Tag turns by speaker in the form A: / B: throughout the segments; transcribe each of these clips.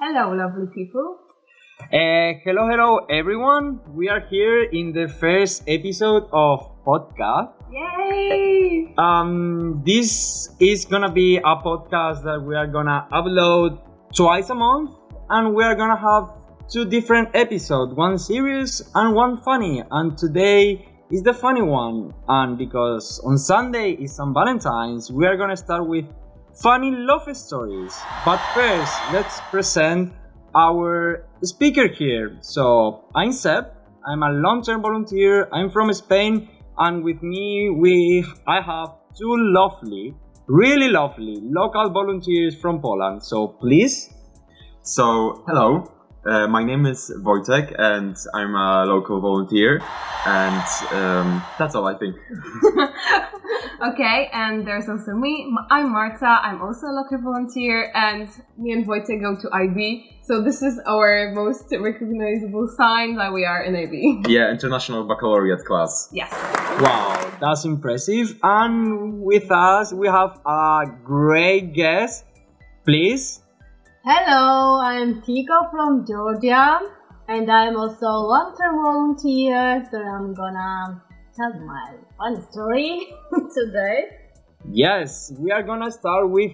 A: Hello, lovely people.
B: Uh, hello, hello, everyone. We are here in the first episode of podcast.
A: Yay!
B: Um, this is gonna be a podcast that we are gonna upload twice a month, and we are gonna have two different episodes: one serious and one funny. And today is the funny one, and because on Sunday is St. Valentine's, we are gonna start with funny love stories. But first, let's present our speaker here. So I'm Seb. I'm a long-term volunteer. I'm from Spain, and with me, we I have two lovely, really lovely local volunteers from Poland. So please,
C: So, hello. Uh, my name is Wojtek, and I'm a local volunteer. And um, that's all I think.
A: okay, and there's also me. M- I'm Marta. I'm also a local volunteer, and me and Wojtek go to IB. So this is our most recognizable sign that we are in IB.
C: Yeah, international baccalaureate class.
A: Yes.
B: wow, that's impressive. And with us, we have a great guest. Please,
D: Hello, I'm Tico from Georgia, and I'm also a long-term volunteer, so I'm gonna tell my fun story today.
B: yes, we are gonna start with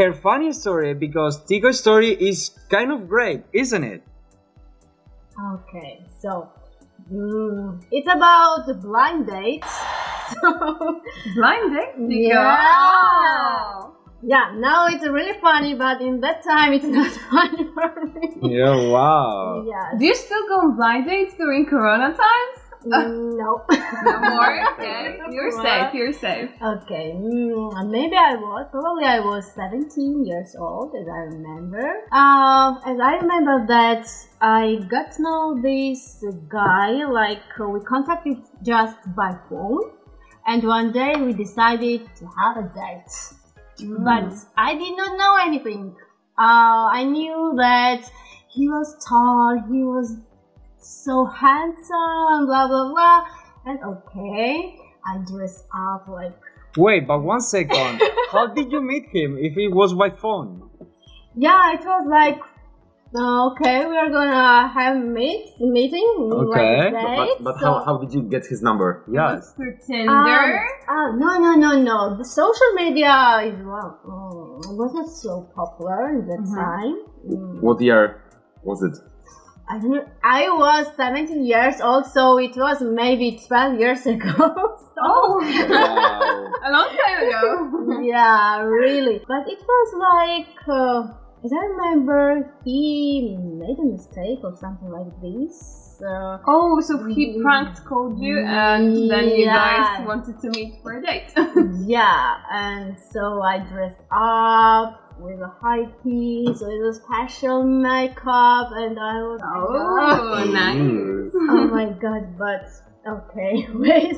B: her funny story because Tico's story is kind of great, isn't it?
D: Okay, so mm, it's about the blind dates. So
A: Blind date? Nico.
D: Yeah.
A: Wow.
D: yeah, now it's really funny, but in that time it's not funny for me.
B: Yeah, wow.
D: Yeah,
A: Do you still go on blind dates during Corona times?
D: mm, no.
A: No more. Okay, you're safe. You're safe.
D: Okay, mm, maybe I was, probably I was 17 years old, as I remember. Um, as I remember that I got to know this guy, like uh, we contacted just by phone, and one day we decided to have a date. But I did not know anything. Uh, I knew that he was tall, he was so handsome, blah blah blah, and okay. I dress up like
B: Wait, but one second. How did you meet him if it was by phone?
D: yeah, it was like uh, okay, we are gonna have meet meeting
B: Okay,
D: like
C: But,
D: that.
C: but, but how, how did you get his number?
B: Yes.
A: Through
D: um,
A: Tinder.
D: uh, no, no, no, no. The social media is well, mm, was not so popular in that
A: Mhm.
D: time. Mm,
C: What year was it?
D: I, don't know. I was 17 years old, so it was maybe 12 years ago. so-
A: oh,
B: Wow.
A: a long time ago.
D: yeah, really. But it was like, uh, as I remember, he made a mistake or something like this. Uh,
A: Oh, so he pranked called you, and then you guys
D: Yeah.
A: wanted to meet for a date.
D: yeah, and so I dressed up with a high piece, with a special makeup, and I was.
A: oh,
C: Mm.
A: nice.
D: oh my god, but okay, wait.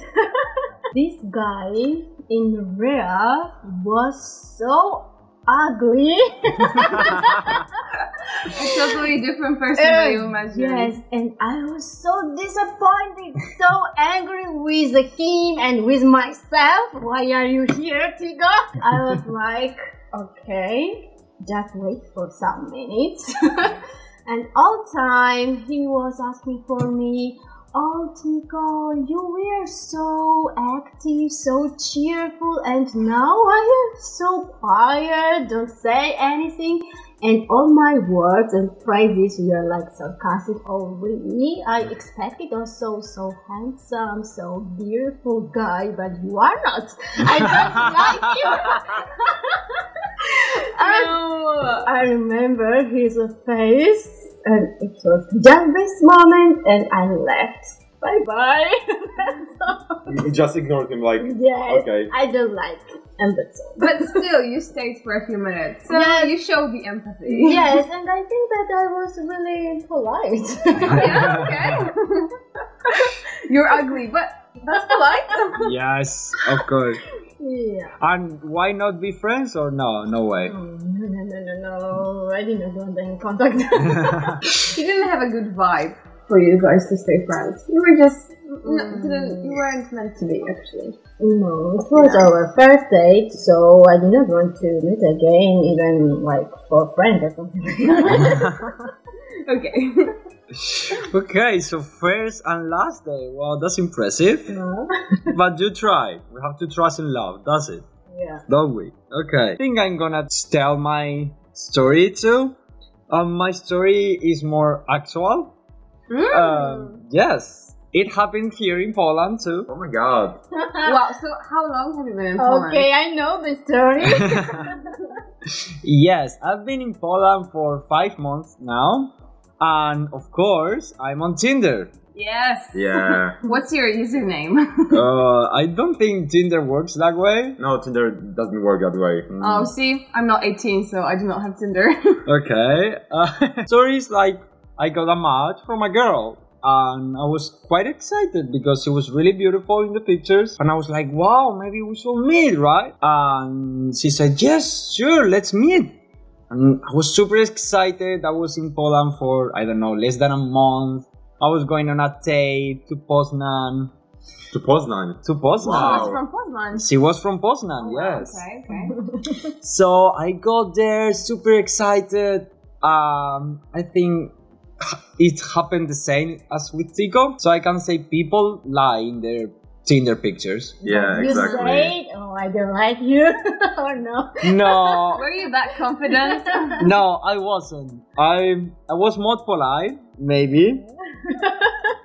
D: this guy in real was so ugly.
A: A totally different person than you imagine.
D: Yes, and I was so disappointed, so angry with him and with myself. Why are you here, Tigo? I was like, okay, just wait for some minutes. and all time he was asking for me, Oh, Tico, you were so active, so cheerful, and now I am so quiet, don't say anything. And all my words and phrases were like sarcastic. Oh, really? I expected also so handsome, so beautiful guy, but you are not. I don't like you. And
A: No.
D: I remember his face, and it was just this moment, and I left. Bye bye.
C: You just ignored him, like,
D: yes,
C: okay.
D: I don't like, him, and that's all.
A: But still, you stayed for a few minutes. So
D: Yes.
A: you showed the empathy.
D: yes, and I think that I was really polite.
A: yeah, okay. You're ugly, but that's polite.
B: yes, of course.
D: yeah.
B: And why not be friends or no? No way.
D: Oh, no, no, no, no, no. I did not want any contact.
A: He didn't have a good vibe for you guys to stay friends. You were just No,
D: Mm.
A: it didn't- you weren't meant to be, actually.
D: No, it was our first date, so I did not want to meet again, even like for friends or something.
A: Okay.
B: Okay, so first and last day. Wow, that's impressive. but you try. We have to trust in love, does it?
D: yeah.
B: Don't we? Okay. I think I'm gonna tell my story too. Um, my story is more actual.
D: Hmm?
B: Um, yes, it happened here in Poland too.
C: Oh my god.
A: wow, so how long have you been in Poland?
D: okay, I know the story.
B: yes, I've been in Poland for five months now, and of course, I'm on Tinder.
A: Yes.
C: Yeah.
A: What's your username?
B: Uh, I don't think Tinder works that way.
C: No, Tinder doesn't work that way. Mm.
A: oh, see, I'm not 18, so I do not have Tinder.
B: Okay. Uh, stories like I got a match from a girl, and I was quite excited because she was really beautiful in the pictures, and I was like, "Wow, maybe we should meet, right?" And she said, "Yes, sure, let's meet." And I was super excited. I was in Poland for I don't know less than a month. I was going on a date to Poznan.
C: To Poznań.
B: To Poznan.
C: Wow.
A: She's from Poznan.
B: She was from Poznan. yes.
A: Okay, okay.
B: So I got there super excited. Um, I think it happened the same as with Tico. So I can say people lie in their Tinder pictures.
C: Yeah,
D: you
C: exactly.
D: said, "Oh, I don't like you," or no?
B: No,
A: Were you that confident?
B: no, I wasn't. I I was more polite, maybe.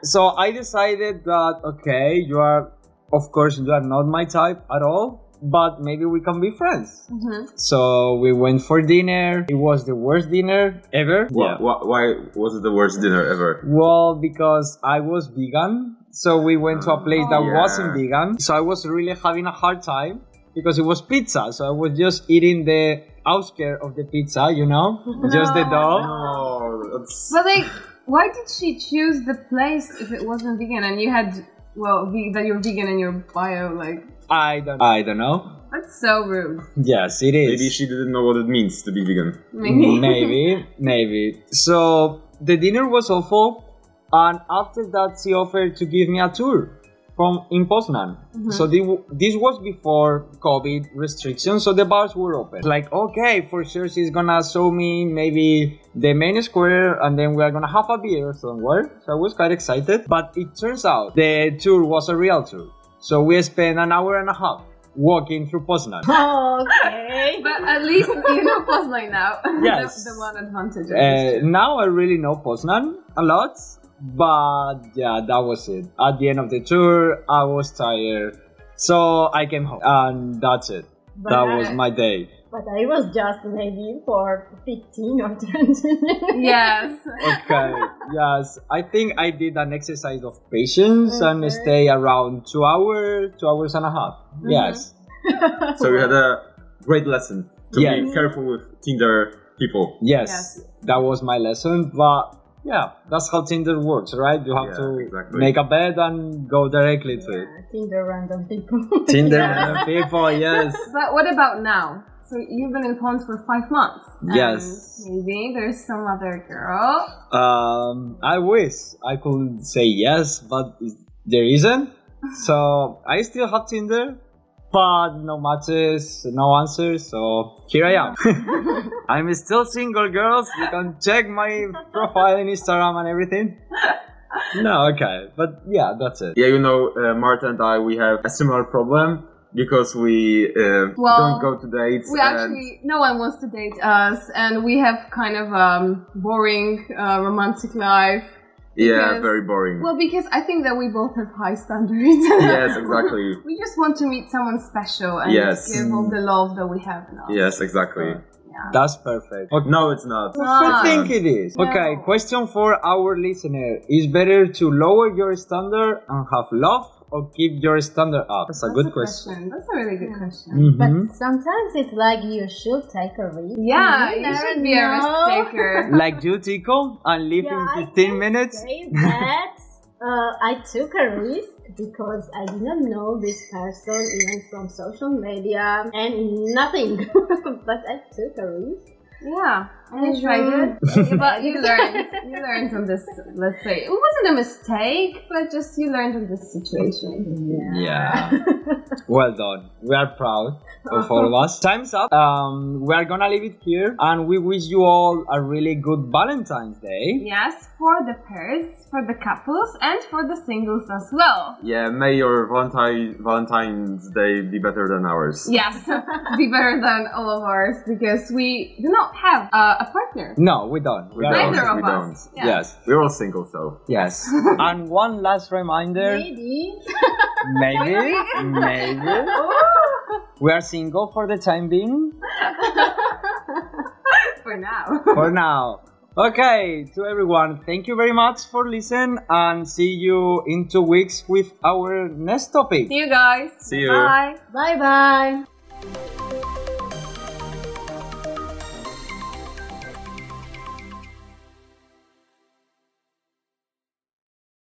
B: so I decided that okay, you are, of course, you are not my type at all. But maybe we can be friends.
A: Mhm.
B: So we went for dinner. It was the worst dinner ever.
C: Why, why, why was it the worst dinner ever?
B: Well, because I was vegan, so we went to a place that
C: Oh, Yeah.
B: wasn't vegan. So I was really having a hard time because it was pizza. So I was just eating the outskirt of the pizza, you know, just the dough.
C: No, Oh, that's
A: but, like, why did she choose the place if it wasn't vegan and you had, well, ve- that you're vegan in your bio? Like,
B: I don't. I don't know.
A: that's so rude.
B: Yes, it is.
C: maybe she didn't know what it means to be vegan.
A: Maybe.
B: maybe, maybe. So the dinner was awful, and after that, she offered to give me a tour from in Poznan. So the, this was before COVID restrictions, so the bars were open. Like, okay, for sure, she's gonna show me maybe the main square, and then we are gonna have a beer somewhere. So I was quite excited, but it turns out the tour was a real tour. So we spent an hour and a half walking through Poznan.
D: Okay.
A: But uh, at least you know Poznan now.
B: Yes.
A: the, the one advantage. of
B: Uh,
A: this.
B: now I really know Poznan a lot, but yeah, that was it. At the end of the tour, I was tired, so I came home, and that's it. that was my day.
D: But I was just maybe for 15 or 20 minutes.
A: yes.
B: Okay, yes, I think I did an exercise of patience and
D: Okay.
B: stay around two hours, two hours and a half.
D: Mm-hmm.
B: Yes,
C: So we had a great lesson to
B: Yes.
C: be careful with Tinder people.
B: yes,
A: Yes.
B: that was my lesson, but. Yeah, that's how Tinder works, right? You have
C: Yeah,
B: to
C: exactly.
B: make a bed and go directly to it.
D: Yeah, Uh, Tinder random people.
B: Tinder and people, yes.
A: But what about now? So you've been in Poland for five months. and
B: Yes.
A: Maybe there's some other girl.
B: Um, I wish I could say yes, but it- there isn't. So I still have Tinder, but no matches, no answers. So here I am. I'm still single, girls. You can check my profile in Instagram and everything. No, okay, but yeah, that's it.
C: Yeah, you know, uh, Marta and I, we have a similar problem because we uh,
A: Well,
C: don't go to dates.
A: We
C: and
A: actually, no one wants to date us, and we have kind of um, boring uh, romantic life.
C: yeah,
A: because-
C: very boring.
A: Well, because I think that we both have high standards.
C: yes, exactly.
A: We just want to meet someone special and
C: Yes.
A: give all the love that we have now.
C: Yes, exactly.
B: That's perfect. Okay.
C: No, it's not.
B: I think it is. Okay, question for our listener. Is better to lower your standard and have love or keep your standard up? That's a
A: That's
B: good
A: a
B: question.
A: That's a really good question.
C: Mm.
B: Mhm.
D: But sometimes it's like you should take a risk.
A: Yeah, you
D: never
A: should be a
D: know.
A: risk taker.
B: like you, Tico, and leave
D: Yeah, I
B: in 15
D: can
B: minutes.
D: Say that uh, I took a risk because I did not know this person even from social media and nothing, but I took a risk.
A: Yeah, I
D: Mhm.
A: tried it, but Mm-hmm. you learned. You learned from this. Let's say it wasn't a mistake, but just you learned from this situation.
B: Yeah. well done. We are proud of all of us. Time's up. Um, we are gonna leave it here, and we wish you all a really good Valentine's Day.
A: Yes, for the pairs, for the couples, and for the singles as well.
C: Yeah, may your Valentine, Valentine's Day be better than ours.
A: Yes, be better than all of ours because we do not have uh, a partner.
B: No, we don't.
C: We
B: are
C: don't.
A: Neither
B: all-
A: of
C: we
A: us.
C: don't.
A: Yeah.
B: Yes,
C: We're all single, so.
B: yes. and one last reminder,
D: Maybe.
B: maybe, maybe we are single for the time being.
A: for now.
B: for now. Okay, to everyone, thank you very much for listening and see you in two weeks with our next topic.
A: See you guys.
C: See you.
A: Bye.
D: Bye bye.